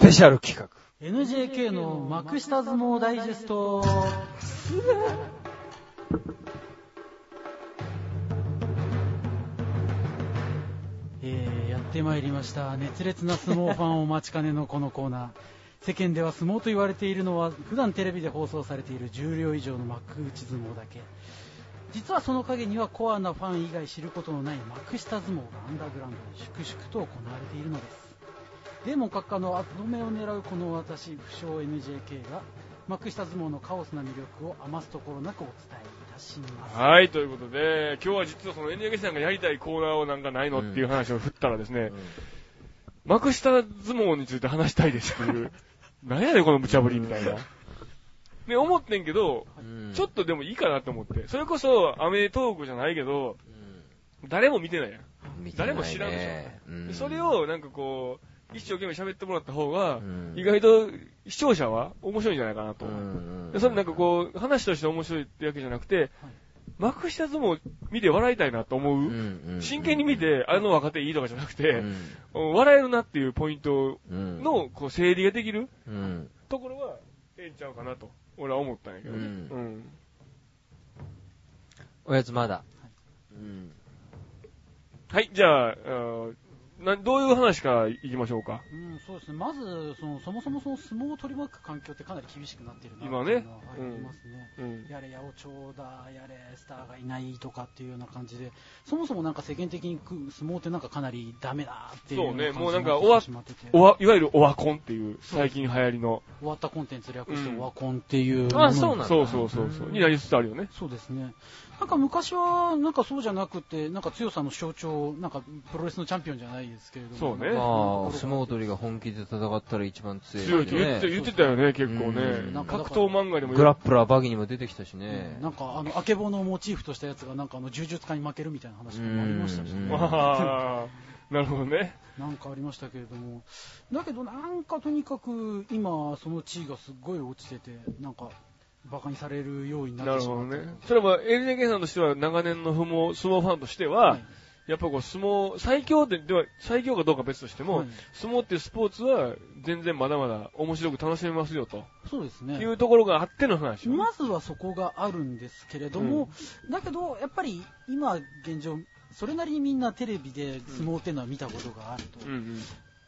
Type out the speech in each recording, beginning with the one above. ペシャル企画。 NJK の幕下相撲ダイジェスト。えーやってまいりました。熱烈な相撲ファンを待ちかねのこのコーナー。世間では相撲と言われているのは、普段テレビで放送されている重量以上の幕内相撲だけ。実はその陰にはコアなファン以外知ることのない幕下相撲がアンダーグラウンドで粛々と行われているのです。でも閣下の後目を狙うこの私不詳 NJK が幕下相撲のカオスな魅力を余すところなくお伝えいたしますはい、ということで、今日は実はその NHK さんがやりたいコーナーをなんかないのっていう話を振ったらですね、幕下相撲について話したいですっ ていう、なんやねんこの無茶ぶりみたいな。ね、思ってんけど、うんちょっとでもいいかなと思って。それこそ、アメトークじゃないけど、誰も見てないやん。うん誰も知らんで見てないねうんそれを、なんかこう、一生懸命喋ってもらった方がう、ん意外と視聴者は面白いんじゃないかなとう思う。んでそれなんかこう、話として面白いってわけじゃなくてはい、幕下相撲見て笑いたいなと思う、うんうんうん真剣に見て、あの若手いいとかじゃなくて、うん笑えるなっていうポイントうんのこう整理ができるうんところは、ええんちゃうかなと、俺は思ったんやけどね。うんうんおやつまだ。うんはい、じゃあ、あーなどういう話から行きましょうか。うん、そうですね。まず、その、そもそもその相撲を取り巻く環境ってかなり厳しくなっているな今っていねうのははいうんありますね。うん。やれ八百長だ、やれスターがいないとかっていうような感じで、そもそもなんか世間的にく相撲ってなんかかなりダメだっていうよな感じそうねもうなんかにってしまってておわ、いわゆるオワコンっていう、最近流行りの。終わったコンテンツ略してうんオワコンっていうものに、あそうなんだそうそうそうそう。になりつつあるよね。そうですね。なんか昔は、なんかそうじゃなくて、なんか強さの象徴、なんかプロレスのチャンピオンじゃないですけれども。そうまあ、ねなんか相撲取りが本気で戦ったら一番強い、ね。強いって言って言ってたよね、結構うねん。なんか格闘漫画でもグラップラーバギにも出てきたしね。なんかあの、あけぼのをモチーフとしたやつが、なんかあの、柔術家に負けるみたいな話もありましたしうんね。あーなるほどね。なんかありましたけれども。だけど、なんかとにかく、今、その地位がすっごい落ちてて、なんか、馬鹿にされるようにななってるしほまどったね。それは、NJK さんとしては、長年の不毛、相撲ファンとしては、はいやっぱこう、相撲、最強で、では、最強かどうか別としても、はい相撲っていうスポーツは、全然まだまだ面白く楽しめますよ、とそうですいね。うところがあっての話よねまずはそこがあるんですけれども、だけど、やっぱり今現状、それなりにみんなテレビで相撲っていうのは見たことがあると。うん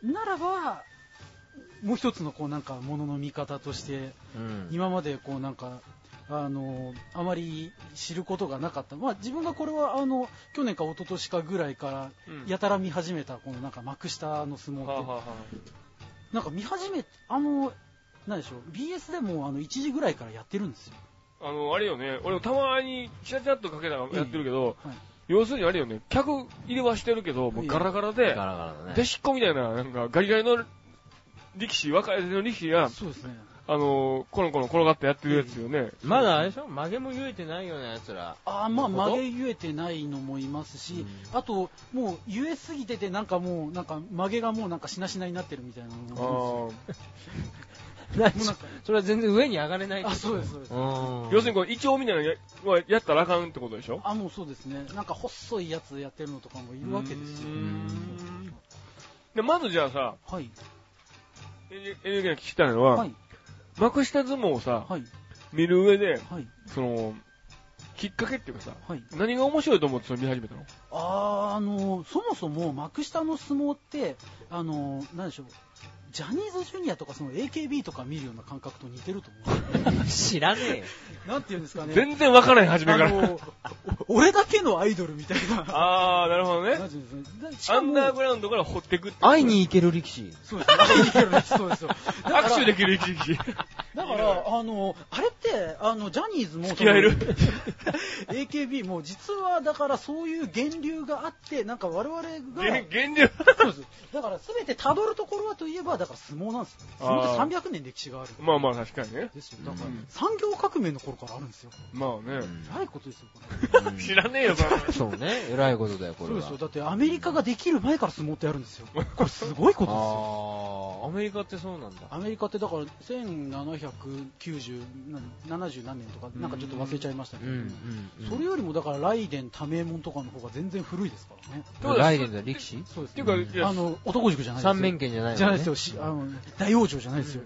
うん。ならば、もう一つのこうなんかものの見方として、うん。今までこうなんか、あの、あまり知ることがなかった。まあ自分がこれはあの、去年か一昨年かぐらいから、うんやたら見始めた、このなんか幕下の相撲はあっはあて、はあなんか見始め、あの、なんでしょう、BS でもあの1時ぐらいからやってるんですよ。あの、あれよね、俺もたまに、チラチラっとかけたらやってるけど、はい要するにあれよね、客入れはしてるけど、もうガラガラで、ガラガラだね。弟子っ子みたいな、なんかガリガリの力士、若い手の力士が、そうですね。あのー、コロコロ転がってやってるやつよね。まだあれでしょ曲げも言えてないような奴ら。あーまあなるほ曲どげゆえてないのもいますし、うんあともうゆえすぎててなんかもうなんか曲げがもうなんかしなしなになってるみたいなのあもーあるんですよもうなんかそれは全然上に上がれない。あそうですそうです、うん。要するにこう、胃腸みたいなのやはやったらあかんってことでしょあもうそうですねなんか細いやつやってるのとかもいるわけですうよーんで、まずじゃあさ、はいえ NHK が聞きたいのは、はい幕下相撲をさ、はい見る上で、はいその、きっかけっていうかさ、はい何が面白いと思ってそれ見始めたのあーあのそもそも幕下の相撲ってあのなんでしょうジャニーズジュニアとかその AKB とか見るような感覚と似てると思う知らねえよ。 なんていうんですかね全然わからへん、初めあから。のお俺だけのアイドルみたいな あー、なるほどね。マジですねでしアかンもダーグラウンドから掘ってくって。会いに行ける力士。そうですね。会いに行けるねそう ですよ。だから握手できる一時期。だから、あの、あれって、あの、ジャニーズも、付き合える その AKB も、実は、だから、そういう源流があって、なんか、我々が、現現 状。そうですだから、すべて辿るところはといえば、だから、相撲なんですよ。相撲って300年歴史がある。まあまあ確かにね。ですよ。だからうん、産業革命の頃からあるんですよ。まあね。えらいことですよ、これ。うん知らねえよ、そんなのそうね。偉いことだよ、こそれうは。ですよ。だって、アメリカができる前から相撲ってやるんですよ。これ、すごいことですよ。あー、アメリカってそうなんだ。アメリカってだから1700 1970何年とか、なんかちょっと忘れちゃいましたけうど、んうん。それよりもだから、雷電、多名門とかの方が全然古いですからね。どうだライデンの力士そうですっていうかいやあの、男塾じゃないですよ。三面剣じゃないのねじゃないですよ。しあの大王女じゃないですよ。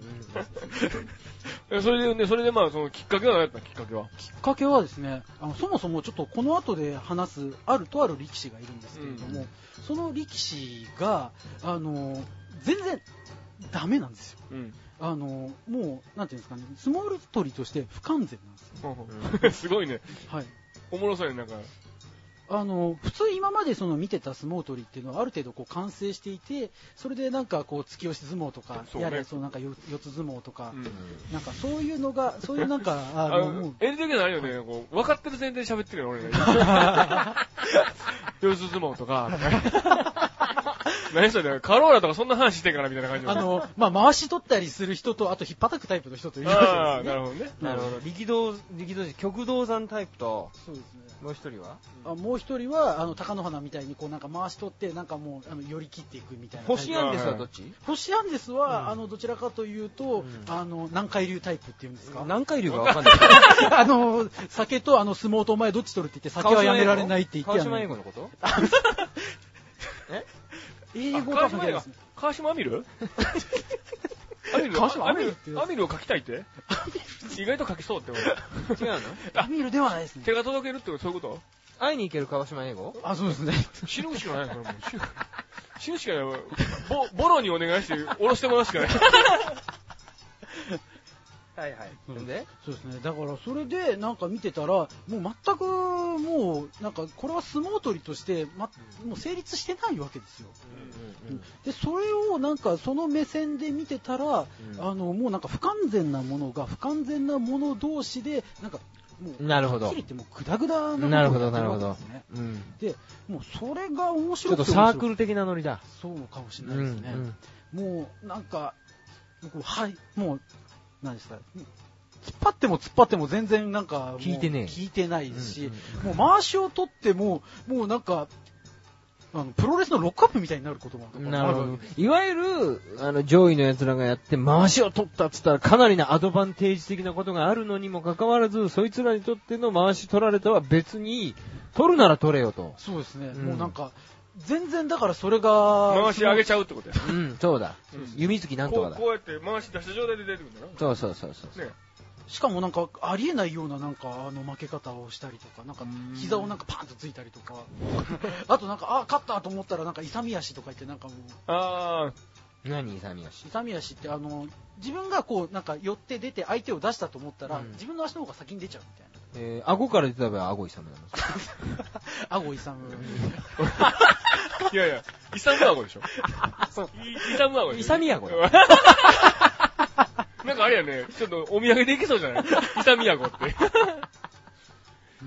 えそれでね、それでまあ、そのきっかけは何やったきっかけは。きっかけはですね、あのそもそもちょっとこの後で話す、あるとある力士がいるんですけれども、その力士が、あの、全然ダメなんですよ。うん。あの、もう、なんていうんですかね、スモール取りとして不完全なんですよ。 すごいね。はい。おもろそうやね、なんか。あの普通、今までその見てた相撲取りっていうのはある程度こう完成していてそれでなんかこう突き押し相撲とかそうねやれそのなんか四四つ相撲とかう、ん。なんかそういうのがそういうなんかああのもうの、エンディングじゃないよね。こう、分かってる前提で喋ってるよ、 俺ね。四つ相撲とか。 何それ、カローラとかそんな話してんからみたいな感じ。あ、のまあ回し取ったりする人とあと引っ叩くタイプの人といるあわあ、けでなるほどね。なるほど。力道、力道士、極道山タイプと、すね。そうですねもう一人はあもう一人はあの貴乃花みたいにこうなんか回し取ってなんかもうあの寄り切っていくみたいなタイプ星アンデスはどっち星アンデスは、あのどちらかというと、んあの南海流タイプっていうんですか何回流かわかんない。 あの、酒とあの相撲とお前どっち取るって言って、酒はやめられないって言って、川あの島英語の こと英あ語か川島関係ないですね。川島アミ ルアミル川島アアミミルルって言うアミルを書きたいって意外と書きそうって俺。違うのアミールではないですね。手が届けるってそういうこと会いに行ける川島英語あ、そうですね。死ぬしかないよ、それもう。死ぬ死ぬしかないよ。ボボロにお願いして、おろしてもらうしかない。はいはい。んでそうですね。だからそれでなんか見てたら、もう全くもう、なんかこれは相撲取りとして、ま、もう成立してないわけですよ。で、それをなんかその目線で見てたら、あの、もうなんか不完全なものが不完全なもの同士で、なんか、もう、なるほはっどきり。言ってもうグダグなダるなほどものになるなほってどるわけですね。うんで、もうそれが面ち白ょっくとて面白サーくてクル的なノリだ。そうかもしうれないですね。んもうなんか、僕はい、もう、何ですか、突っ張っても突っ張っても全然なんか、もう聞いてねえ聞いてないですうしん、もう回しを取っても、もうなんか、あのプロレスのロックアップみたいになることもあうん。なるほまど。いわゆる、あの、上位の奴らがやって、回しを取ったっつったら、かなりなアドバンテージ的なことがあるのにもかかわらず、そいつらにとっての回し取られたは別に、取るなら取れよとず。そうですね、うんもうなんか、全然だからそれが、回し上げちゃうってことや。うん、そうだうん。弓月なんとこかうだ。こうやって回し出した状態で出てくるんだな。そうそうそうそう。ねしかもなんか、ありえないようななんか、あの、負け方をしたりとか、なんかうん、膝をなんかパンとついたり とか、あとなんか、あ勝ったと思ったら、なんか、勇み足とか言って、なんかもう、あ何、勇み足。勇み足ってあの自分がこうなんか寄って出て相手を出したと思ったら、うん自分の足の方が先に出ちゃうみたいえー、顎から出た場合は顎勇むなの。 な。あごいさむ。あ、いやいや、イサムアゴでしょ。そう。いイサムアゴでしょ。イサミアゴうん なんかあれやね、ちょっとお土産でいけそうじゃないイサミアゴって。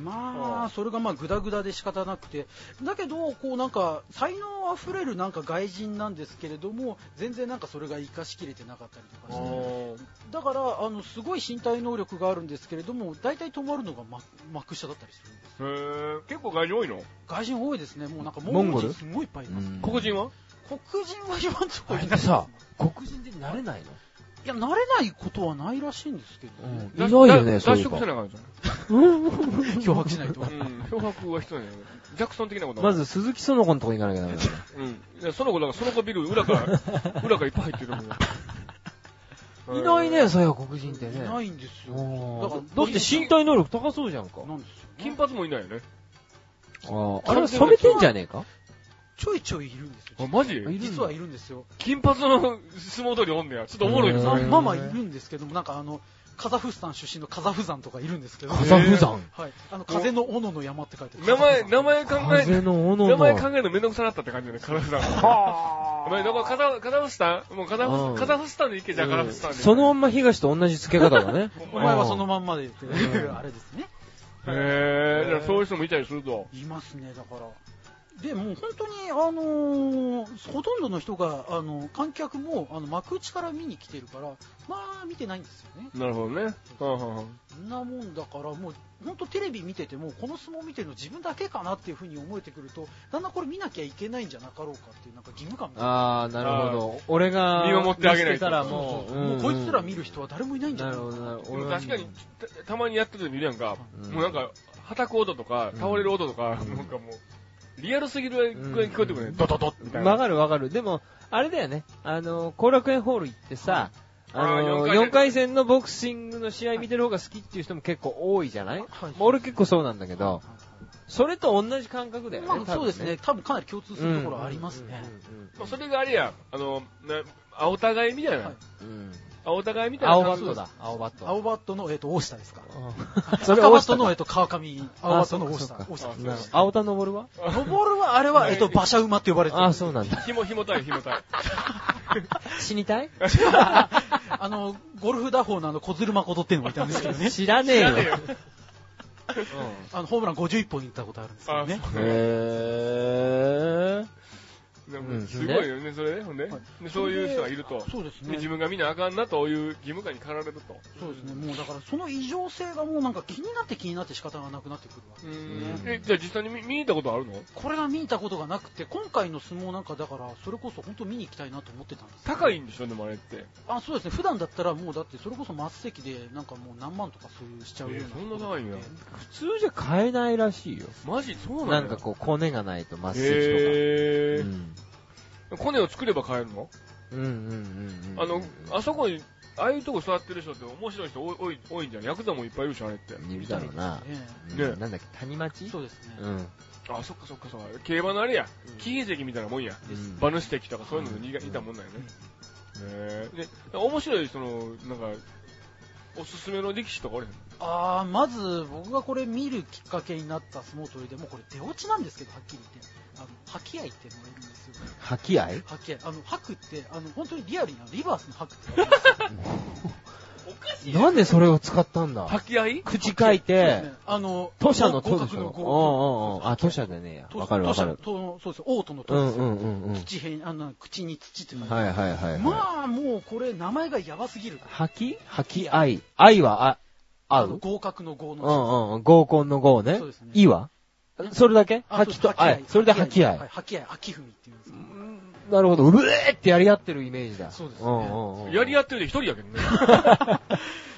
まあ、それがまあグダグダで仕方なくて、だけどこうなんか才能あふれるなんか外人なんですけれども、全然なんかそれが活かしきれてなかったりとかして。だからあのすごい身体能力があるんですけれども、大体止まるのがま幕下だったりするんです。へー結構外人多いの外人多いですね。もうなんかモモンンゴゴルル人すごいいっぱいいます。黒人は黒人は今んとあこいなれいでですさね黒人でなれないいや、慣れないことはないらしいんですけどね、のいないよね、脱そういう脱色せの。なあかんじ 脅迫しないとゃ。ん。うん。漂白は必要なんやね。ジャクソン的なことはまず、鈴木園子のとこに行かなきゃダメだね。うん。いやその子、なんかその子ビル裏 から、裏からいっぱい入ってると思うよいないね、。そういう黒人っていね。ないんですよ。おだからーだって身体能力高そうじゃんか。なんですよ、金ね。髪もいないよね。ああれは染めてんじゃねえかちょいちょいいるんですあ、よ。マジいるんだ実はいるんですよ。金髪の相撲取りおんねや。ちょっとおもろいですへまーね。まあまあいるんですけども、なんかあの、カザフスタン出身のカザフ山とかいるんですけど、カザフ山。はい。あの、風の斧の山って書いてある。名前、カザフ山名前考風え、の斧名前考の。えるのめんどくさなったって感じだね、カラフさん。お前、だからカザ、カザフスタンもうカザうんフス、カザフスタンで行けじゃあカザフスタンで。。そのまんま東と同じ付け方だねお前はそのまんまで言ってね、あれですね。へぇー、だからそういう人もいたりすると。いますね、だから。でもう本当に、あのーほとんどの人が、あの観客もあの幕内から見に来てるから、まあ見てないんですよね。なるほどね。はあはあはあそんなもんだから、もう本当テレビ見てても、この相撲見てるの自分だけかなっていうふうに思えてくると、だんだんこれ見なきゃいけないんじゃなかろうかっていう、なんか義務感が。ああ、なるほど。俺が、見守ってあげない見つけとたらそうもそうう、そうもうこいつら見る人は誰もいないんじゃなないるかほなどなるほでど。も俺は確かに、たたまにやってて見るやんか。うんもうなんか、叩く音とか、倒れる音とか、なんかもう、リアルすぎるぐらい聞こえてくるね。ドドドッみたいわな。かるわかる。でも、あれだよね。あの、後楽園ホール行ってさ、うんあのあー四回戦4回戦のボクシングの試合見てる方が好きっていう人も結構多いじゃない、はいもう俺結構そうなんだけど、それと同じ感覚だよね。まあ、多分そうですね、。多分かなり共通するところはありますね。まあそれがあれや、あの、な青たがいみたいは。ないうんうんうんうん青たがいみたいな。青バット。だ、青バット。青バットの、えっ、と、大下ですか。それ赤バッ押しトたの、えっかと、川上、青バットのあ大そうか下。大下そうかな青田登るはのボールは、あれは、えっと、馬車馬って呼ばれてる。ああ、そうなんだ。ひも、ひもたい、ひもたい。死にたいあの、ゴルフ打法のあの、小鶴誠っていうのもいたんで すけどね。知らねえ知らねえよよ。あの、ホームラン51本いったことあるんですけどねあ。うんへー。でうもんすごいよね、それね、ほんではい。でそういう人がいると。そうですで自ね。分が見なあかんなという義務感に駆られると。そうですね。もうだから、その異常性がもうなんか気になって気になって仕方がなくなってくるわけ。うんんえ、じゃあ実際に見見に行ったことあるのこれが見に行ったことがなくて、今回の相撲なんかだから、それこそ本当見に行きたいなと思ってたんですよ高いんでしょ、でもあれって。あそうですね普段だったらもうだってそれこそ末席でなんかもう何万とかそういうしちゃうような、えーそんな高いんや普通じゃ買えないらしいよ。マジそうななんんだか。こう、コネがないと、マッセージとへかー。。コネを作れば買えるのうんうんうんうん。あの、あそこに、ああいうとこ座ってる人って面白い人多い多い多いんじゃないヤクザもいっぱいいるでしょ、あれって。いるだろうな。えねうんなんだっけ、谷え町そうですね、うん。あ、そっかそっかそっか。競馬のあれや。喜劇みたいなもんや。うん馬主席とかそういうのにいたもんなんよね。へーで、面白い、その、なんか、おすすめの力士とかあれへんああまず僕がこれ見るきっかけになった相撲取りでもうこれ出落ちなんですけどはっきり言ってあの吐き合いっていうのがいるんですよ吐き合い吐き合いあの吐くってあの本当にリアルにあのリバースの吐くっ てあるんですよおかしなんでそれを使ったんだ吐き合い口書いそうですてね、あの吐者の吐で合格しょのうん合うんうん。あ、吐者でねえや。わかるわかる。とそうです王都のう吐でんすうよ、んうんうん。土辺あの口に土って書いてあはるいはいはいはい。まあもうこれ名前がやばすぎる吐き吐き合い。愛は、あ、合あのう合格の合うのんうんうん。合コンの合ねそうですね。いはそれだけあ吐きと合愛。それで吐き合いは。吐き合い、秋文っていうんですけどなるほど。うえーってやり合ってるイメージだ。そうですねねやり合ってるで一人やけどね。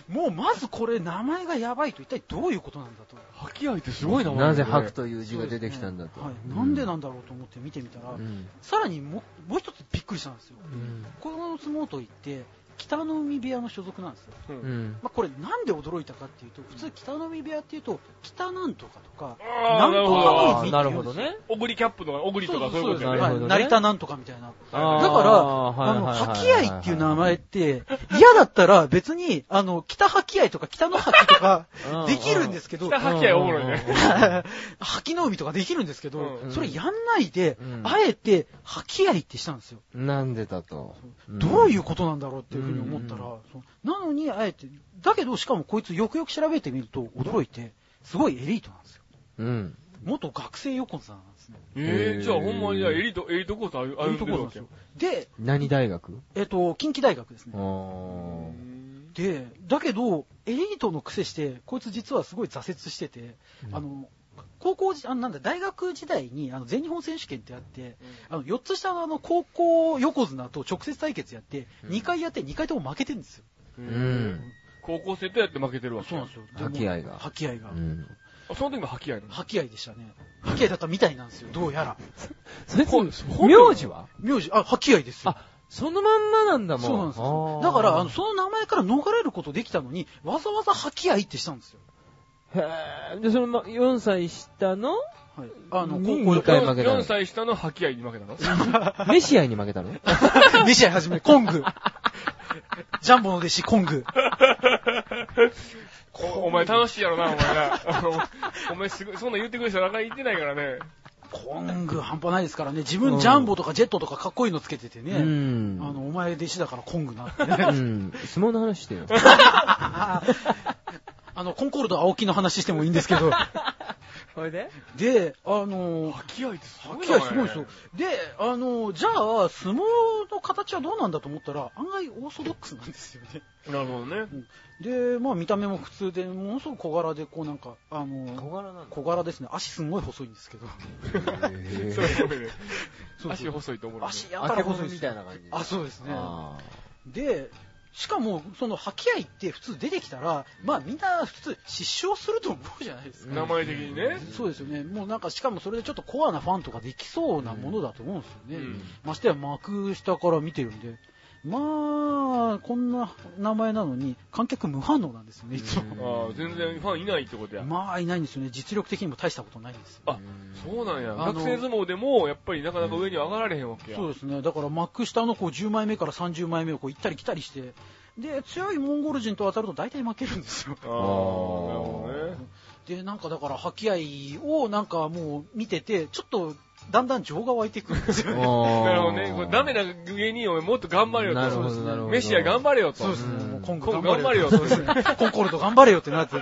もうまずこれ名前がやばいと一体どういうことなんだと。吐き合いってすごい名前だねなぜ吐くという字が出てきたんだと。はい。なんでなんだろうと思って見てみたら、うんさらにももう一つびっくりしたんですよ。うんこの相撲取りって、北の海部屋の所属なんですよ。ううんん。まあ、これなんで驚いたかっていうと、普通北の海部屋っていうと、北なんとかとか、あーなるなんとほどか。あーなるほどね。オグリキャップとか、オグリとかそういうことはやなるほどね。ね成田なんとかみたいな。あーだから、はいあの、はいはいはい吐き合いっていう名前って、嫌だったら別に、あの、北吐き合いとか北の吐きとかうんできるんですけど、北吐き合いおもろいね。 吐きの海とかできるんですけど、うんそれやんないで、うんあえて吐き合いってしたんですよ。なんでだと。 どういううことなんだろうっていうふうに思ったら、うそうなのにあえて、だけどしかもこいつよくよく調べてみると驚いて、すごいエリートなんですよ。うん。元学生横綱なんですね。えうー、んじゃあほんまにじゃあエリート、エリートコースある、あエリーるトけコースなどんですよ。で、何大学えっ、と、近畿大学ですね。おで、だけど、エリートの癖して、こいつ実はすごい挫折してて、あの、高校時、あの、なんだ、大学時代に、あの、全日本選手権ってあって、あの、4つ下のあの、高校横綱と直接対決やって、2回やって、2回とも負けてるんですよ。ううんん。高校生とやって負けてるわけ。そうなんですよ。吐き合いが吐き合いが。うん。あその時も吐き合いなの吐き合いでしたね。吐き合いだったみたいなんですよ、どうやら。それほん名字は名字、あ、吐き合いですよ。あ、そのまんまなんだもん。そうなんですよ。あーだから、あの、、その名前から逃れることできたのに、わざわざ吐き合いってしたんですよ。へーで、そのま、4歳下 の、はい。あの、に高二回校負けたの4歳下の吐き合いに負けた のメシアに負けたのメシアはじめ、コング。ジャンボの弟子、コング。おお前楽しいやろな、お前な。あのお前すごい、そんなん言ってくる人なかなか言ってないからね。コング半端ないですからね。自う分んジャンボとかジェットとかかっこいいのつけててね。うんあの、お前弟子だからコングなってうね。ん。相撲の話 してよ。あの、コンコールド青木の話してもいいんですけど。ほいでで、あのー、気合ってすごい気合すごいですよ。で、あのー、じゃあ、相撲の形はどうなんだと思ったら、案外オーソドックスなんですよね。なるほどね。で、まあ見た目も普通で、ものすごく小柄で、こうなんか、あのー、小柄なん小柄ですね。足すんごい細いんですけど。だ。へそうそうね。そう 足細いと思 う。足やあたけらぼ細のいんでみたすいよ。な感じ。あ、そうですね。あで、しかも、その、吐き合いって普通出てきたら、まあみんな普通失笑すると思うじゃないですか。名前的にね。そうですよね。もうなんか、しかもそれでちょっとコアなファンとかできそうなものだと思うんですよね。うんましてや幕下から見てるんで。まあ、こんな名前なのに、観客無反応なんですよね、いつも。ああ、全然ファンいないってことや。まあ、いないんですよね。実力的にも大したことないんですよ。あ、そうなんあや。の学生相撲でも、やっぱりなかなか上に上がられへんわけや。そうですね。だから幕下のこう10枚目から30枚目をこう行ったり来たりして、で、強いモンゴル人と当たると大体負けるん ですよ。ああ、なるほどね。で、なんかだから、吐き合いをなんかもう見てて、ちょっとだんだん情が湧いてくるんですよあ。 ね。ななるほどね。これダメな芸人をもっと頑張れよと。なるほど、なるほど。メシア頑張れよと。そうですね。んもう今後今頑後頑張張れれよ。よそうですね。コンコルド頑張れよってなって。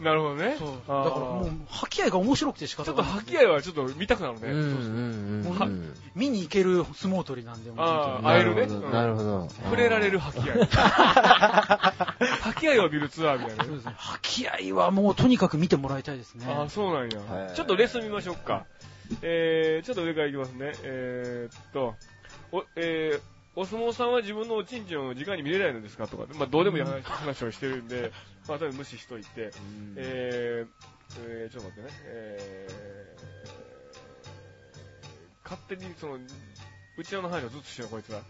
なるほどね。そう。だかあーらもう、吐き合いが面白くて仕ちょ方っがなとい。吐き合いはちょっと見たくなるね。うんうんうんうん。見に行ける相撲取りなんで、もうあ本ー会えるねなるほど。触れられる吐き 合い。吐き合いを見るツアーみたいな当にそうね。ですね。吐き合いはもうとにかく見てもらいたいですね。ああ、そうなんはや。いちょっとレス見ましょうか。えー、ちょっと上からいきますね。えーっと、お、えー、お相撲さんは自分のおちんちんを時間に見れないのですかとか、まあどうでもいい話話をしてるんで、まあ多分無視しといて、えー、えー、ちょっと待ってね、えー、勝手にその、内輪の話をずっとしてるこいつは。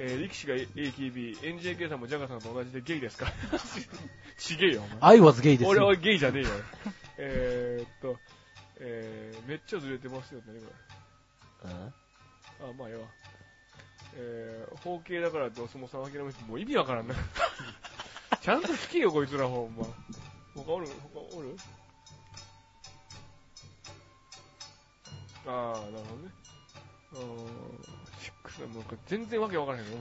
えー、力士が AKB、NJK さんもジャガさんと同じでゲイですか ちげえよ、お前。愛はゲイです俺よ。はゲイじゃねえよ。 えーっと、えー、めっちゃずれてますよね、これ。あ、まあ、ええわ。えー、包茎だからってお相撲さん諦めて、もう意味わからんな。 ちゃんと聞けよ、こいつらほんま。他おる他おるあー、なるほどね。うーん、シックスなんか全然わけわからへんの。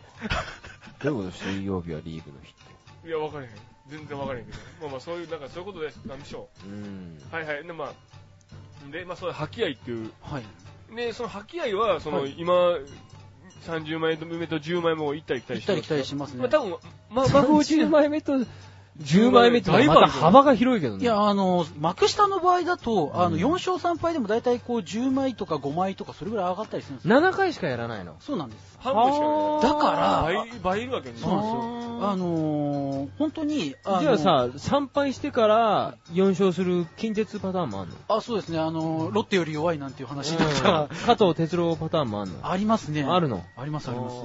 どういうこと水曜日はリーグの日って。いや、わからへん。全然わからへんけど。まあまあ、そういう、なんかそういうことです。なんでしょうん。う。はいはい。で、まあ、で、まあ、そういう吐き合いっていうはい。で、その吐き合いは、その、は今、30枚目と10枚目を行ったり来た行りっしたてりる来たりしますまねあ、。多分、ま、その幕内10枚目と10枚目ってのはまた幅が広いけどね。いや、あの、幕下の場合だと、あの、うん4勝3敗でも大体こう、10枚とか5枚とか、それぐらい上がったりするんですよ。 7回しかやらないの。そうなんです。半分しだかかない。ら、倍、倍いるわけね。そうなんですよ。あのー、本当に、あのじゃあ、さ、参拝してから4勝する近鉄パターンもあるのあ、そうですね、あのー、ロッテより弱いなんていう話だったら、加藤哲郎パターンもあるの。ありますね。あるのあります、あります。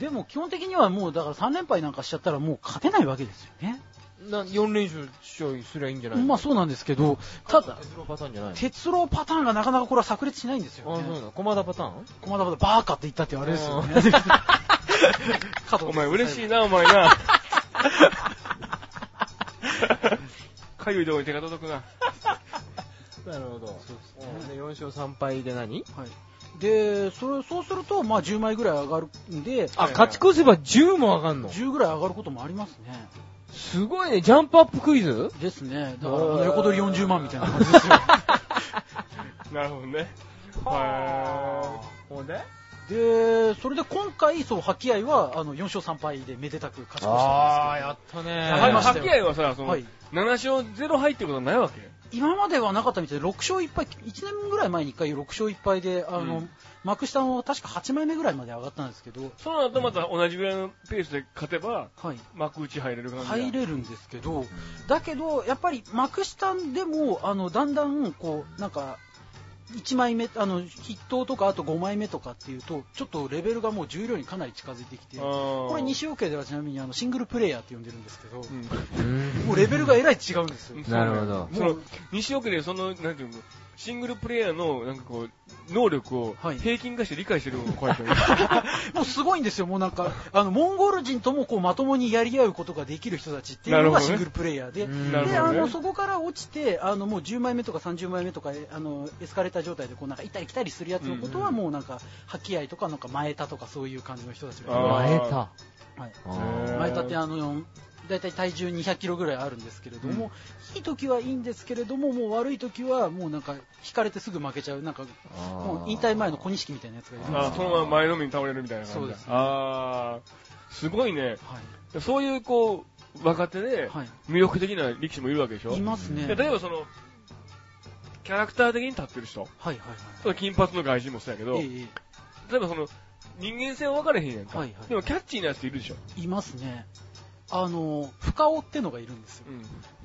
でも、基本的にはもう、だから3連敗なんかしちゃったら、もう勝てないわけですよね。な4連勝すりゃいいんじゃないまあ、そうなんですけど、ただ、哲郎パターンじゃないの鉄郎パターンがなかなかこれは炸裂しないんですよあ、そうなね。の駒田パターン駒田まだバーカって言ったってあれですよね。 加藤お前、嬉しい。いな、お前な。 かゆいとこに手が届くな。なるほど。4勝3敗で何はい。で、それ、そうすると、まあ10枚ぐらい上がるんで、あ、勝ち越せば10も上がんの10ぐらい上がることもありますね。すごいね、ジャンプアップクイズですね。だから、横取り40万みたいな感じですよ。なるほどね。はほんでで、それで今回、そう、吐き合いは、あの、4勝3敗でめでたく勝ち越したんですけど。っとい。ね上がりました吐き合いはさ、その、はい7勝0敗ってことはないわけ今まではなかったみたいで、6勝1敗、1年ぐらい前に1回6勝1敗で、あの、うん幕下の確か8枚目ぐらいまで上がったんですけど、その後また同じぐらいのペースで勝てば、はい。幕内入れる感じや。入れるんですけど、だけど、やっぱり幕下でも、あの、だんだん、こう、なんか、1枚目、あの、筆頭とか、あと5枚目とかっていうと、ちょっとレベルがもう重量にかなり近づいてきて、あこーれ西尾家ではちなみにあのシングルプレイヤーって呼んでるんですけど、うんもうレベルがえらい違うんですよ。なるほどその、西奥でその、なんていうの、シングルプレイヤーの、なんかこう、能力をはい平均化して理解してるのが怖いと思う。 もうすごいんですよ、もうなんか、あの、モンゴル人ともこうまともにやり合うことができる人たちっていうのなるほどがねシングルプレイヤーで、うんなるほで、どあねの、そこから落ちて、あの、もう10枚目とか30枚目とか、えあの、エスカレーター状態でこうなんか行ったり来たりするやつのことはもうなんか、吐き合いとかなんか前田とかそういう感じの人たちがいるあー前田。はい。あー前田ってあの、大体体重200キロぐらいあるんですけれども、いい時はいいんですけれども、もう悪い時は、もうなんか、引かれてすぐ負けちゃう、なんか、もう引退前の小錦みたいなやつがいるんですあーそのまま前のめに倒れるみたいな感じそうだですねあーすごいね。はそういうこう、若手で、はい魅力的な力士もいるわけでしょ、い、いますね。はでいはい例えばその、キャラクター的に立ってる人、はい。その金髪の外人もそうやけど、えええ例えばその、人間性は分かれへんやんか。はいはいでもキャッチーなやついるでしょ、えいますね。あの、深尾ってのがいるんですよ。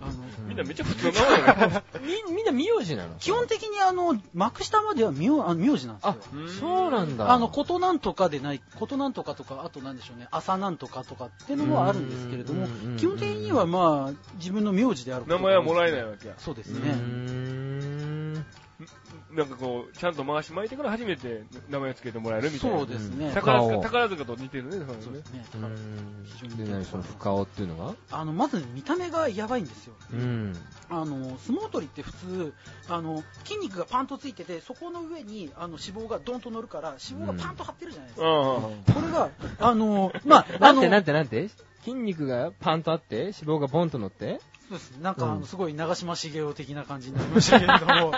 あの、みんなめっちゃ普通の名前や から。み、みんな名字なの基本的にあの、幕下までは名あ名字なんですよあ。、そうなんだ。あの、ことなんとかでない、ことなんとかとか、あとなんでしょうね、朝なんとかとかっていうのはあるんですけれどもうんうんうんうん、基本的にはまあ、自分の名字であること名前はもらえないわけや。そうですうね。ーんなんかこう、ちゃんと回し巻いてから初めて名前つけてもらえるみたいな。そうですね。宝顔塚を宝塚と似てるね、そそううねで。すね。うー非常ん。で、に何その深尾っていうのがあの、まず見た目がやばいんですよ。うん。あの、相撲取りって普通、あの、筋肉がパンとついてて、そこの上に、あの、脂肪がドンと乗るから、脂肪がパンと張ってるじゃないですうか。んうんこれが、あの、 まあ、なあんの、てなんてなんて筋肉がパンとあって、脂肪がボンと乗ってそうですねなんか、うんあのすごい長嶋茂雄的な感じになりましたけれど も、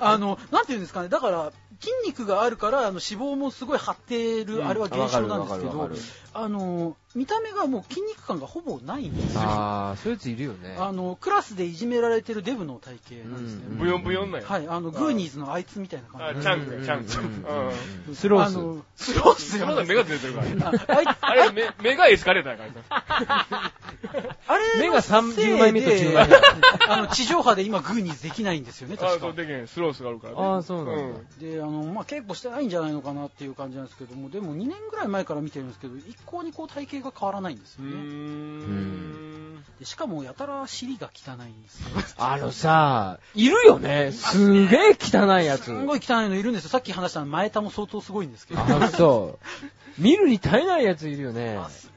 あの、なんていうんですかね、だから、筋肉があるから、あの脂肪もすごい張ってる、うんあれは現象なんでわかすけどるわかるわかる、あの、見た目がもう筋肉感がほぼないんですよ。ああー、そういうやついるよね。の、クラスでいじめられてるデブの体型なんですね。うんブヨンブヨンなんや。はい、あの、グーニーズのあいつみたいなあ感じチャンクや、チャンク。うん。うんスロースあのスロースそよのね目が出てるから。ああいあれ、目 目がエスカレーターやから。あ れ目が30枚目と10枚目枚あの、地上波で今グーニーズできないんですよね、あ確かそう。でけへん、スロースがあるからね。あーそうなんだであのまあ、稽古してないんじゃないのかなっていう感じなんですけどもでも2年ぐらい前から見てるんですけど一向にこう体型が変わらないんですうよん。うーねんでしかもやたら尻が汚いんですよあのさ、いるよね。すげえ汚いやつ。すんごい汚いのいるんですよさっき話した前田も相当すごいんですけどあ、そう。見るに耐えないやついるよね。ますね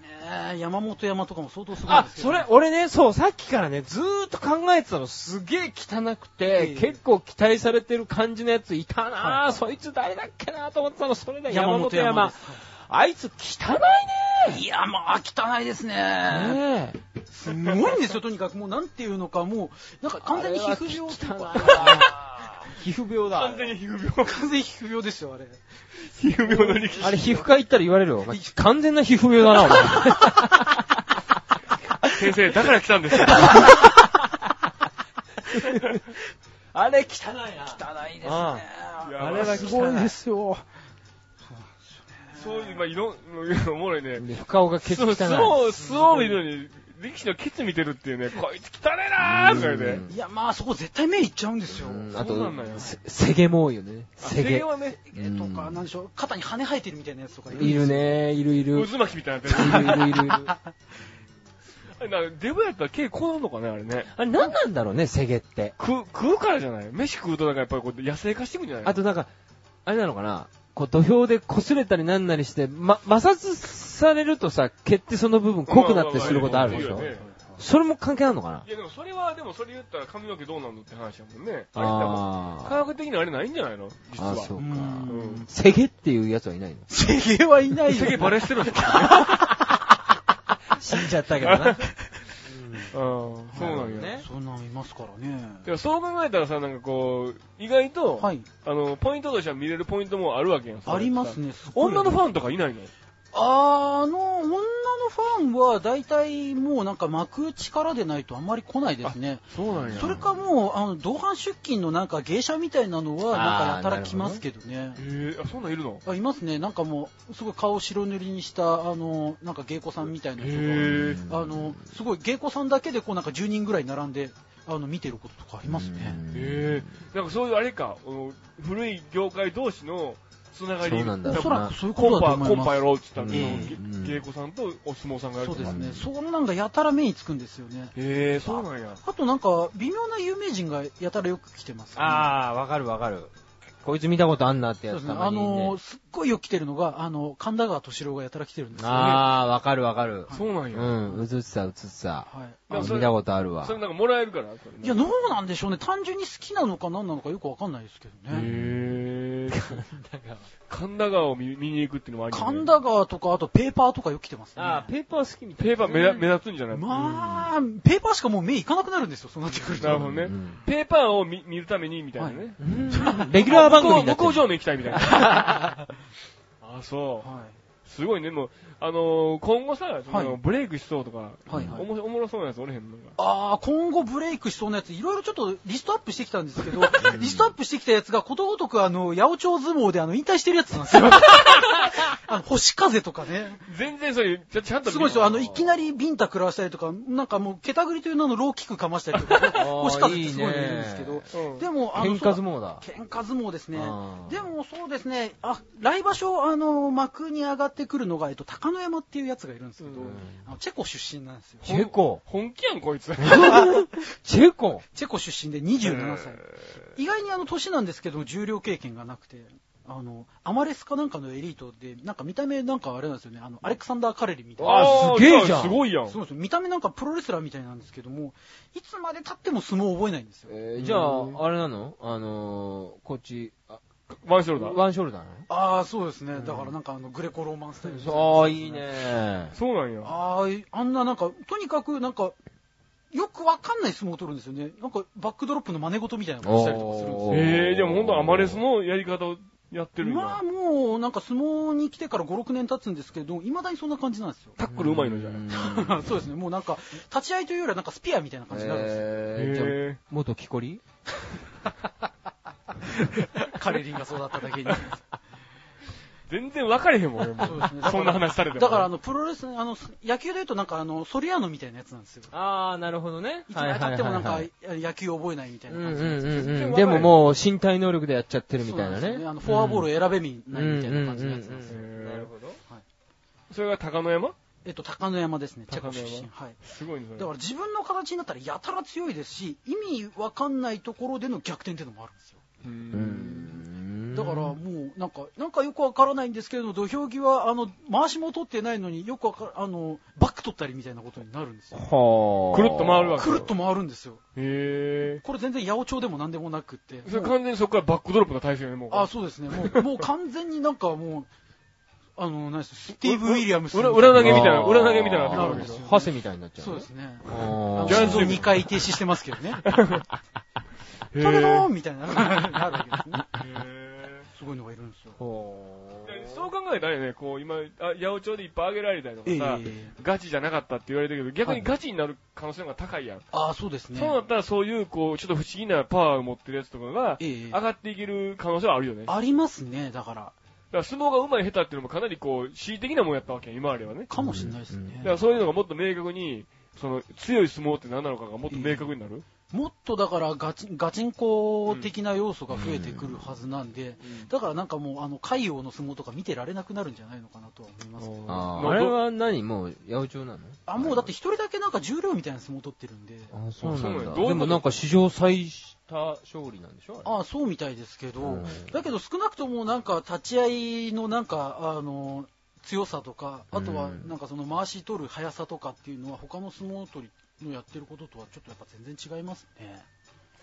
山本山とかも相当すごいんあで、すけどそれ、俺ね、そう、さっきからね、ずーっと考えてたの。すげえ汚くてええ、結構期待されてる感じのやついたはいなはぁ、いそいつ誰だっけなぁと思ってたの、それだ、山山本本山山です。あいつ汚いねいやまあ汚いですーねねえすごいんですよとにかくもうなんていうのかもうなんか完全に皮膚病とあかれは皮膚病だ。完全に皮膚完病。全に皮膚病ですよあれ皮膚病の力士。あれ、皮膚科行ったら言われるよ。お前完全な皮膚病だな、お前。先生、だから来たんですよ。あれ、汚いな。汚いですねあやあれはすご汚いいでですよそういう、まあ、いろん、 おもろいね。深尾がケツ汚そう、い。そう、そう見るのに、力士のケツ見てるっていうね、こいつ汚いなーとか言ううん。ねいや、まあそこ絶対目いっちゃうんですよ。うんそうあとなんだよ、せせげも多いよね。あせげ。はね、えとか、うんなんでしょう、肩に羽生えてるみたいなやつとか。いる。ね、いるいる。いる渦巻きみたいにないってる。るいるいる。ああれなデブやったら毛こうなのかね、あれね。れ、なんなんだろうね、せげって。食う、食うからじゃない飯食うとなんかやっぱりこう野生化していくんじゃないあとなんか、あれなのかなこう土俵で擦れたりなんなりして、ま、摩擦されるとさ、毛ってその部分濃くなってすることあるでしょいやいやいやそれも関係あるのかないやでもそれは、でもそれ言ったら髪の毛どうなんのって話やもんね。あれ多分科あ学的なあれないんじゃないの実あは。ーそうううんん。せげっていうやつはいないのセゲはいないすよげえ。バレしてるんだけ死んじゃったけどな。どね。うん。そうなんよ。ねそんなんいますからね。でもそう考えたらさ、なんかこう、意外と、はい。あの、ポイントとしては見れるポイントもあるわけやん。あります。ね。すごい女のファンとかいないのあの、女のファンは、大体もうなんか幕内からでないとあんまり来ないですね。そうなんそれかもう、あの、同伴出勤のなんか芸者みたいなのは、なんかやたら来ますけどねえ。ー、あ、そんなんいるのあいますね、なんかもう、すごい顔を白塗りにした、あの、なんか芸妓さんみたいな人へーが、あの、すごい芸妓さんだけで、こうなんか10人ぐらい並んで、あの、見てることとかありますね。ええなんかそういうあれか、あの古い業界同士のつながり、そうなんだおそらくそういうこコとンだとパ、思コいンパまやす。ろうって言ったら、うんそのうんげ芸妓さんとお相撲さんがやるそうとかですねうん。そんなんがやたら目につくんですよね。へえそうなんや。あとなんか、微妙な有名人がやたらよく来てます、ね。あー、わかるわかる。こいつ見たことあんなってそうやでつすね。たあまにね。の、すっごいよく来てるのが、あの、神田川敏郎がやたら来てるんですよね。はあー、わかるわかる。そうなんうや。ん、映ってた映ってた。い。でもそれ見たことあるわそ。れなんかもらえるから、それいや、どうなんでしょうね。単純に好きなのか何なのかよくわかんないですけどね。へえ神田川を見見に行くっていうのもあり神田川とか、あとペーパーとかよく来てますね。ああ、ペーパー好きみたいペーパー目立目立つんじゃないまあ、ペーパーしかもう目いかなくなるんですよ、そうなってくると。なるほどね。ペーパーを見見るために、みたいなね。うんレギュラー番組になってる向こう向こう上面行きた いみたいな。あ、そう。はすごいね、もう、あのー今後さ、そのはいブレイクしそうとか、い。はいはいお。もおもろそうなやつおれへんのか。ああ、今後ブレイクしそうなやつ、いろいろちょっとリストアップしてきたんですけど、リストアップしてきたやつがことごとくあの、八百長相撲であの、引退してるやつなんですよ。あの、星風とかね。全然それ、ちゃちゃんと見すごいですよ。あの、いきなりビンタ食らわしたりとか、なんかもう、ケタグリという名のローキックかましたりとか、星風ってすごいのいるんですけいいどね、うんでも、あの、喧嘩相撲だ。喧嘩相撲ですねあ。ーでもそうですね、あ、来場所、あの、幕に上がってくるのが、えっと、高野山っていうやつがいるんですけど、うんあのチェコ出身なんですよ。チェコ。本気やん、こいつ。チェコチェコ出身で27歳。 意外にあの、年なんですけど、重量経験がなくて、あの、アマレスかなんかのエリートで、なんか見た目なんかあれなんですよね、あの、アレクサンダー・カレリみたいな。あーすげえじゃんすごいやん。そうですよ見た目なんかプロレスラーみたいなんですけども、いつまで経っても相撲を覚えないんですよ。えーじゃあ、あれなのあのー、こっち、あワンショルダー。ワンショルダーなああ、そうですね。だからなんかあの、グレコローマンスタイルみたいなのああ、いいね。そうなんや。あーあんななんか、とにかくなんか、よくわかんない相撲を取るんですよね。なんか、バックドロップの真似事みたいなことしたりとかするんですおよ。ええでも本当アマレスのやり方をやってるんまあや。もう、なんか相撲に来てから5、6年経つんですけど、いまだにそんな感じなんですよ。タックルうまいのじゃな い。そうですね、もうなんか、立ち合いというよりはなんかスピアみたいな感じになるんですよ。えーじゃあえ元木こりカレリンがそうだっただけに。え全然分かれへんもん、俺もそうですねだからそんな話されても。だからあの、プロレス、あの、野球で言うとなんかあの、ソリアーノみたいなやつなんですよ。ああ、なるほどねいつまで経ってもなんかはい、野球を覚えないみたいなうんう感んじなんですよ。うんうん。ででももももう身体能力でやっちゃってるみそうたいななんですよねね。あのフォアボールを選べみうないみたいな感じのやつなんですよんうんうんなるほど。それが高野山えっと、高野山ですね、チェコ高野出山身。はい。すごいね、それだから自分の形になったらやたら強いですし、意味わかんないところでの逆転っていうのもあるんですよ。うんだからもう、なんか、なんかよくわからないんですけれど、土俵際、あの、回しも取ってないのによくわかあの、バック取ったりみたいなことになるんですよ。はあ。くるっと回るわけくるっと回るんですよ。へえ。これ全然八百長でもなんでもなくって。それもう完全にそこからバックドロップの体勢よね、もう。あ、そうですね。もう、もう完全になんかもう、あの、何ですスティーブ・ウィリアムスみたいな。裏裏投投げみたいな、あー裏投げみたいなってくなるるわんでけですしよょ。ハセみたいになっちゃう。そうですね。あー。ジャイアンツ心臓2回停止してますけど ね。へトレードーンみたいなのがなるわけですね。へすごいのがいるんですよ。ほーそう考えたらね、こう今、あ八百長でいっぱいあげられたりとかええさ、ガチじゃなかったって言われてるけど、逆にガチになる可能性の方が高いやん。ああ、そうですね。そうなったらそういう、こう、ちょっと不思議なパワーを持ってるやつとかが、ええ上がっていける可能性はあるよね。だかありますね、だから。ら相撲が上手い下手っていうのもかなりこう、恣意的なもんやったわけや、今まではね。かもしれないですねだ。からそういうのがもっと明確に、その、強い相撲って何なのかがもっと明確になる。もっとだからガチン、ガチンコ的な要素が増えてくるはずなんで、だからなんかもう、あの、海洋の相撲とか見てられなくなるんじゃないのかなとは思いますけど。あまー。ああれは何もう、八百長なのあ、もうだって一人だけなんか重量みたいな相撲取ってるんで、ああ、そうそうななんんだだ。でもなんか史上最多勝利なんでしょあれああ、そうみたいですけど、うんだけど少なくともなんか立ち合いのなんか、あの、強さとか、あとはうんなんかその回し取る速さとかっていうのは他の相撲取りのやってることとはちょっとやっぱ全然違いますね。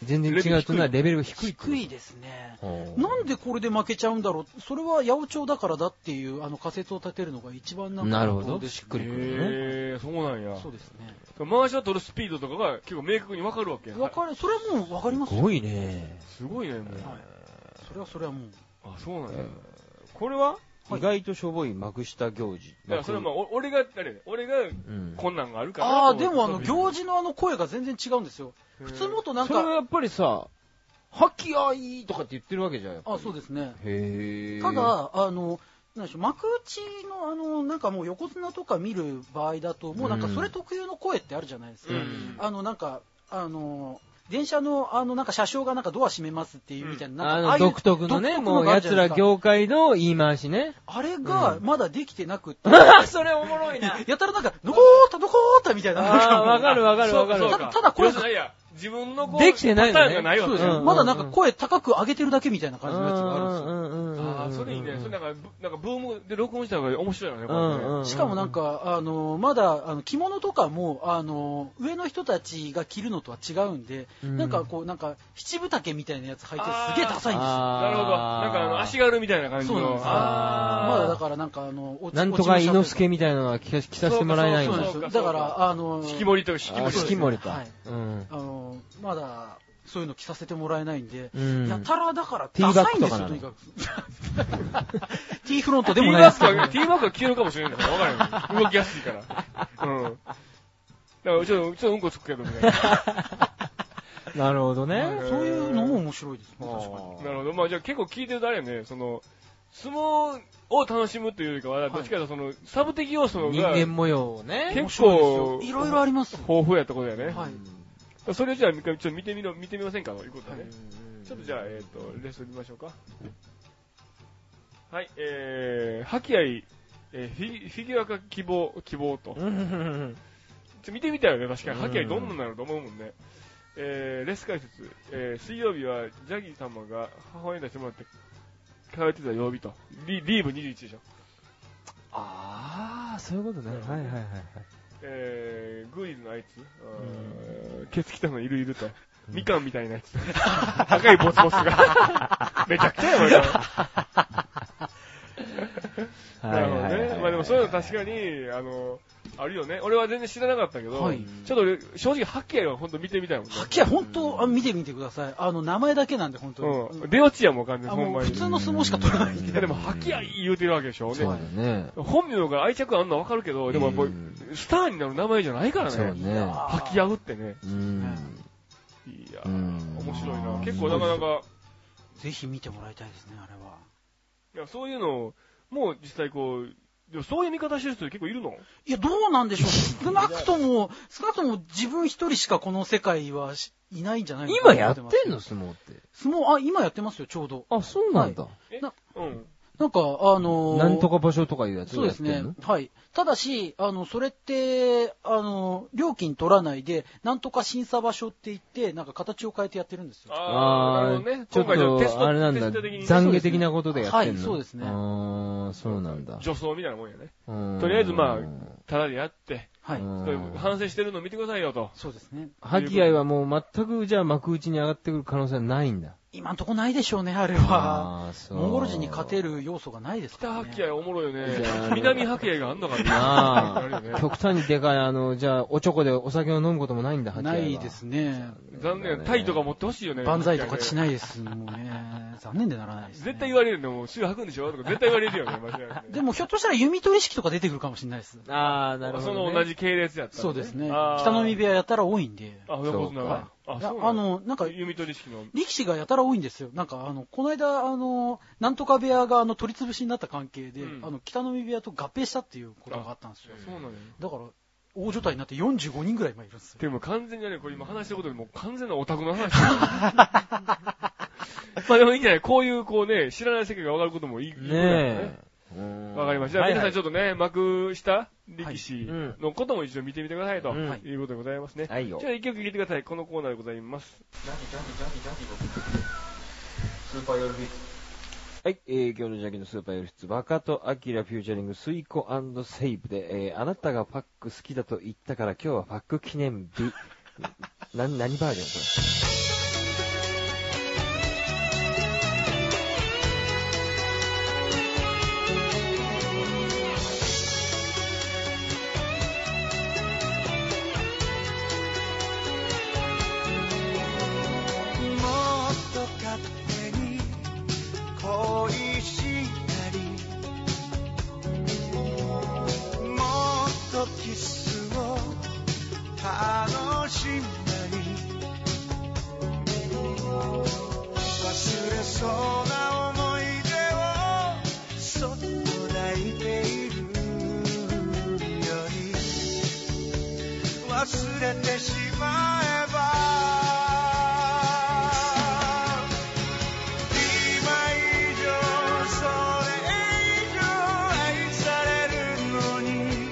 全然違うとな、レベルが低いってこと。低いですね。はあなんでこれで負けちゃうんだろうそれは八百長だからだっていうあの仮説を立てるのが一番なんかなるほこうど。でしすっねくりくるね。へえ、そうなんや。そうですね。回しを取るスピードとかが結構明確に分かるわけや。わかる、それはもうわかりますすよ。ごいね。すごいね、もう。はいそれはそれはもう。あ、そうなんや。これははい意外としょぼい幕下行事。だからそれはまあ、お俺が、あれね、俺がうん困難があるから。ああ、でもあの、行行事のあの声が全然違うんですよ。普通もっとなんそれかは、やっぱりさ、はきあいとかって言ってるわけじゃん。やっぱあそうですね。へーた、だ、あの、なんでしょう、幕内の、あの、なんかもう横綱とか見る場合だと、もうなんかうんそれ特有の声ってあるじゃないですか。うんあの、なんか、あの、電車の、あの、なんか車掌がなんかドア閉めますっていうみたいな、なあんかああの、いう独特のね、独もうがある奴じゃならいですか業界の言い回しね。あれが、まだできてなくって、 それおもろい な。やたらなんか、のこーった、のこーったみたいな。ああ、わかるわかるわかそうるそう。ただただこれ要するにいや、自分のこうできてないのねパターンがないわそうけですねうんうんねうんまだなんか声高く上げてるだけみたいな感じのやつがあるんですよ。うんうんうんうんああ、それいいね。それなんか、ぶなんかブームで録音した方が面白いよね、これね。うんうんしかもなんか、あの、まだ、あの、着物とかも、あの、上の人たちが着るのとは違うんで、うんなんかこう、なんか、七分丈みたいなやつ履いてすげえダサいんですよ。なるほど。なんかあの、足軽みたいな感じの。そうなんですよあまーだだからなんか、あの、落なんとか猪之落ち助みたいなのは着着させてもらえないそのうなあんですそうかよ。そうだかから、あの、引き盛りと引き盛ーり。四季森かはい。うん。あの、まだ、そういうの着させてもらえないんで、うんやたらだから、ティダーバサッいクんでとすかよ、なとのに かく。ティーフロントでティもなーいでバすッけど、クは、ティーバックは消えるかもしれないから、わからない。動きやすいから。うん。だから、ちょっと、ちょっとうんこつくけど、みたいな。なるほどね。そういうのも面白いですね、確かに。なるほど。まあ、じゃあ結構聞いてるとあれやね、その、相撲を楽しむというよりかは、どっちかというとその、サブ的要素人が間豊模様をね。面白い結構ですよいろいろありますよ。富やったことやね。はい。それをじゃあ、ちょっと見てみろ、見てみませんかということでね。ちょっとじゃあ、うんえっ、と、レッスン見ましょうか。はい、えー、吐き合い、えーフィギフィギュア化希望、希望と。ちょうんっと見てみたいよね、確かに。うん吐き合いどんなんなると思うもんね。えー、レッスン解説、えー、水曜日はジャギー様が母親に出してもらって、通ってた曜日と。リリーブ21でしょ。ああ、そういうことね。はいはいはいはい。えー、グーイズのあいつ、あーケツたのいるいると。みかんみたいなやつ。 高いボスボスが。めちゃくちゃやばいな。なるほどね。まあでもそういうの確かに、あの、あるよね。俺は全然知らなかったけど、はいちょっと俺正直、ハッキーは本当見てみたいもんね。はっきり本当、あ見てみてください。あの、名前だけなんで、本当に。うん。出落ちやもん、完全あに、ほんもうま普に。通の相撲しか取らないんいで。やでも、ハッキー言うてるわけでしょ。そうだね、ね。本名が愛着あんのはわかるけど、でもやっぱうりんスターになる名前じゃないからそうね。ね。ハッキーってね。うん。いやうー、ん面白いうんな。結構なかなか、ぜひ見てもらいたいですね、あれは。いや、そういうのを、もう実際こう、でもそういう見方してる人結構いるのいや、どうなんでしょう。少なくとも、少なくとも自分一人しかこの世界はしいないんじゃないのか今なやっとて思ますんの相撲って。相撲、あ、今やってますよ、ちょうど。あ、そうなんだ。えなうん。なんか、あのーなんとか場所とかいうやつそをうやでっすてんねの。はい。ただし、あの、それって、あの、料金取らないで、なんとか審査場所って言って、なんか形を変えてやってるんですよ。あー、なるほどね。ちょ今っ回じゃあテスと、ト、あれなんだ、テスト的にね懺悔的なことでやってんのはいそうですねああ、そうなんだ。女装みたいなもんやね。ととりあえずまただでやって、はい。反省してるの見てくださいよと。そうですね。あ、吐き合いはもう全くじゃあ幕内に上がってくる可能性はないんだ。今んとこないでしょうね、あれは。ー、そモンゴル人に勝てる。る要素がないですか北ら、ハね。キアおもろいよねいやー。南ハキアがあんのかなあ あるよあ、ね極端にでかい、あの、じゃあ、おちょこでお酒を飲むこともないんだ、吐き合ないは。いですね。残念。タイとか持ってほしいよね。万歳とかしい。ないです。もうね、残念でならないです、ね。絶対言われるの、もう、白吐くんでしょとか絶対言われるよね、間違いなくねでもひょっとしたら弓取り式とか出てくるかもしれないです。ああ、なるほど、そね。の同じ系列やった ら。そうですね。あー北の海部屋やたら多いんで。あ、そういうことなのはかいあ、いやそうあなのの、なんか、弓取り式の。力士がやたら多いんですよ。なんか、あの、この間、あの、なんとか部屋が、あの、取り潰しになった関係で、うんあの、北の海部屋と合併したっていうことがあったんですよ。そうなのよ。だから、大所帯になって45人ぐらい今いるんですよ。でも完全にね、これ今話したことでもう完全なオタクの話 だよまあでもいいんじゃないこういうこうね、知らない世界がわかることもいい。ねえ。わかりました。じゃあ皆さんちょっとね、幕下力士のことも一応見てみてくださいと、うんはいいうことでございますね。はいよじ。ゃあ一曲聴いてください。このコーナーでございます。はい、えー、今日のジャンキーのスーパーヨルフィッツ、バカとアキラフューチャリング、スイコセイブで、えー、あなたがパック好きだと言ったから今日はパック記念日。 な、何バージョンこもっと勝手に恋したりもっとキスを楽しんだり忘れそうな思い出をそっと抱いているより忘れてしまえば今以上それ以上愛されるのに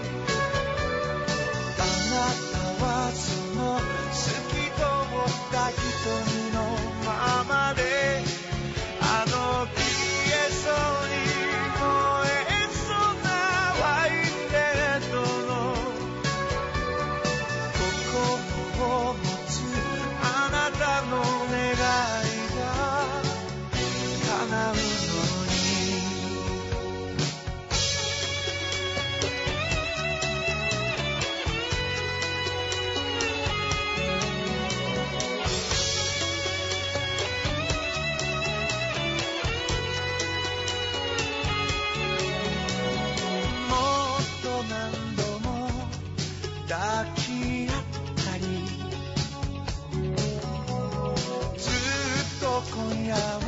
あなたはその透き通った瞳のままであの消えそうに抱き合ったりずっと今夜は